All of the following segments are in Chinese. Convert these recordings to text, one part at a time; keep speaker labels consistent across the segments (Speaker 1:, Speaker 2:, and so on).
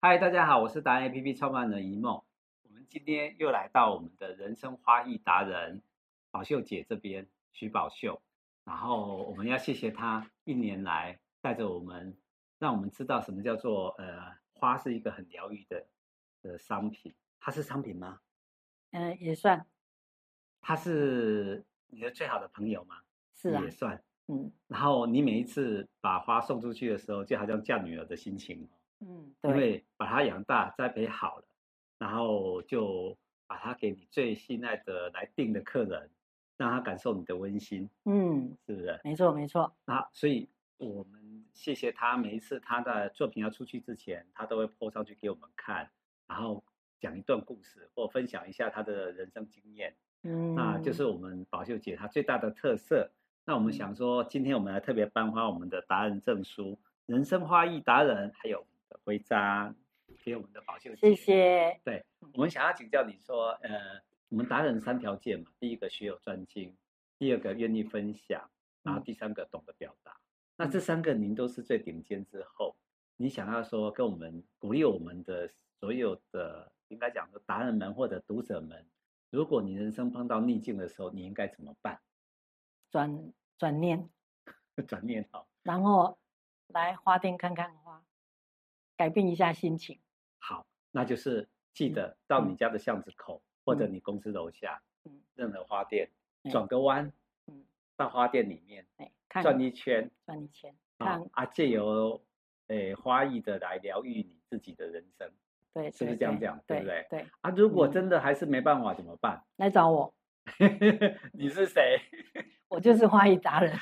Speaker 1: 嗨，大家好，我是达人 APP 创办人一梦。我们今天又来到我们的人生花艺达人宝秀姐这边，徐宝秀。然后我们要谢谢她一年来带着我们，让我们知道什么叫做呃，花是一个很疗愈的的商品。它是商品吗？
Speaker 2: 嗯、也算
Speaker 1: 它是你的最好的朋友吗？
Speaker 2: 是啊
Speaker 1: 也，算。
Speaker 2: 嗯
Speaker 1: 然后你每一次把花送出去的时候，就好像嫁女儿的心情哦。
Speaker 2: 嗯，
Speaker 1: 因
Speaker 2: 对，
Speaker 1: 为把它养大、栽培好了，然后就把它给你最信赖的来订的客人，让他感受你的温馨，
Speaker 2: 嗯，
Speaker 1: 是不是？
Speaker 2: 没错没错，
Speaker 1: 那所以我们谢谢他，每一次他的作品要出去之前，他都会 po 上去给我们看，然后讲一段故事或分享一下他的人生经验，
Speaker 2: 嗯，
Speaker 1: 那就是我们宝秀姐她最大的特色。那我们
Speaker 2: 嗯
Speaker 1: 想说，今天我们来特别颁发我们的达人证书、人生花艺达人，还有我们的徽章给我们的宝秀姐。
Speaker 2: 谢。谢，
Speaker 1: 对我们想要请教你说，呃，我们达人三条件嘛，第一个学有专精，第二个愿意分享，然后
Speaker 2: 嗯
Speaker 1: 第三个懂得表达。那这三个您都是最顶尖之后，你想要说跟我们鼓励我们的所有的，应该讲说达人们或者读者们，如果你人生碰到逆境的时候，你应该怎么办？
Speaker 2: 转转念，
Speaker 1: 转念哦，
Speaker 2: 然后来花店看看花，改变一下心情，
Speaker 1: 好，那就是记
Speaker 2: 嗯
Speaker 1: 得到你
Speaker 2: 嗯
Speaker 1: 家的巷子口或者
Speaker 2: 嗯
Speaker 1: 你公司楼下
Speaker 2: 嗯，
Speaker 1: 任何花店，
Speaker 2: 哎
Speaker 1: 转个弯
Speaker 2: 嗯，
Speaker 1: 到花店里面
Speaker 2: 哎，看
Speaker 1: 转一圈。
Speaker 2: 转一圈，
Speaker 1: 啊
Speaker 2: 看，嗯
Speaker 1: 啊，借由诶花艺的来疗愈你自己的人生
Speaker 2: 对，
Speaker 1: 是不
Speaker 2: 对
Speaker 1: 是这样
Speaker 2: 对
Speaker 1: 讲对不
Speaker 2: 对？对，
Speaker 1: 啊。如果
Speaker 2: 嗯
Speaker 1: 真的还是没办法怎么办？
Speaker 2: 来找我，
Speaker 1: 你是谁？
Speaker 2: 我就是花艺达人，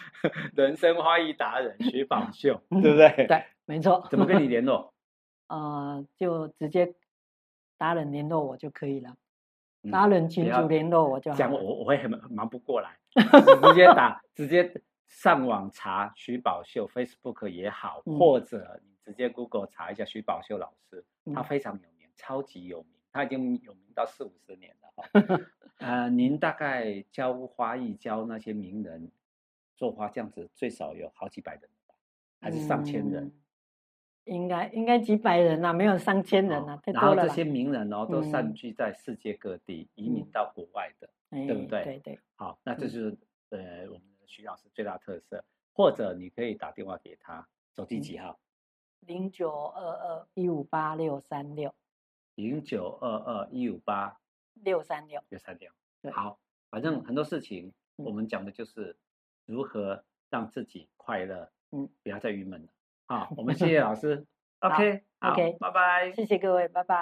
Speaker 1: 人生花艺达人徐宝秀，对不 对？
Speaker 2: 对，没错，
Speaker 1: 怎么跟你联 络？
Speaker 2: 呃，就直接达人联络我就可以了，
Speaker 1: 嗯
Speaker 2: 达人群
Speaker 1: 不要
Speaker 2: 主联络我就好
Speaker 1: 讲
Speaker 2: 了，
Speaker 1: 我我会很很忙不过来， 直接打直接上网查徐宝秀，Facebook 也好，
Speaker 2: 嗯
Speaker 1: 或者你直接 Google 查一下徐宝秀老师，他
Speaker 2: 嗯
Speaker 1: 非常有名，超级有名，他已经有名到四五十年了 哈。呃，您大概教花艺教那些名人做花这样子，最少有好几百人吧，还是上千人？哦
Speaker 2: 嗯应该应该几百人啦、啊没有上千人啦、啊
Speaker 1: 哦
Speaker 2: 太
Speaker 1: 然
Speaker 2: 多
Speaker 1: 后
Speaker 2: 了
Speaker 1: 这
Speaker 2: 啦。
Speaker 1: 些名人哦，都散
Speaker 2: 嗯
Speaker 1: 居在世界各地，移民
Speaker 2: 嗯
Speaker 1: 到国外的。
Speaker 2: 哎，
Speaker 1: 不对
Speaker 2: 对对，
Speaker 1: 好，那这就
Speaker 2: 嗯
Speaker 1: 是呃我们的徐老师最大特色，或者你可以打电话给他，手机
Speaker 2: 嗯
Speaker 1: 几号？
Speaker 2: 零九二二一五八六三六
Speaker 1: 零九二二一五八
Speaker 2: 六三六，
Speaker 1: 六三六
Speaker 2: 对。
Speaker 1: 好，反正很多事情我
Speaker 2: 嗯
Speaker 1: 们讲的就是如何让自己快乐，
Speaker 2: 嗯，
Speaker 1: 不要再郁闷了。好，我们谢谢老师。OK，好
Speaker 2: OK
Speaker 1: 拜拜。
Speaker 2: 谢谢各位，拜拜。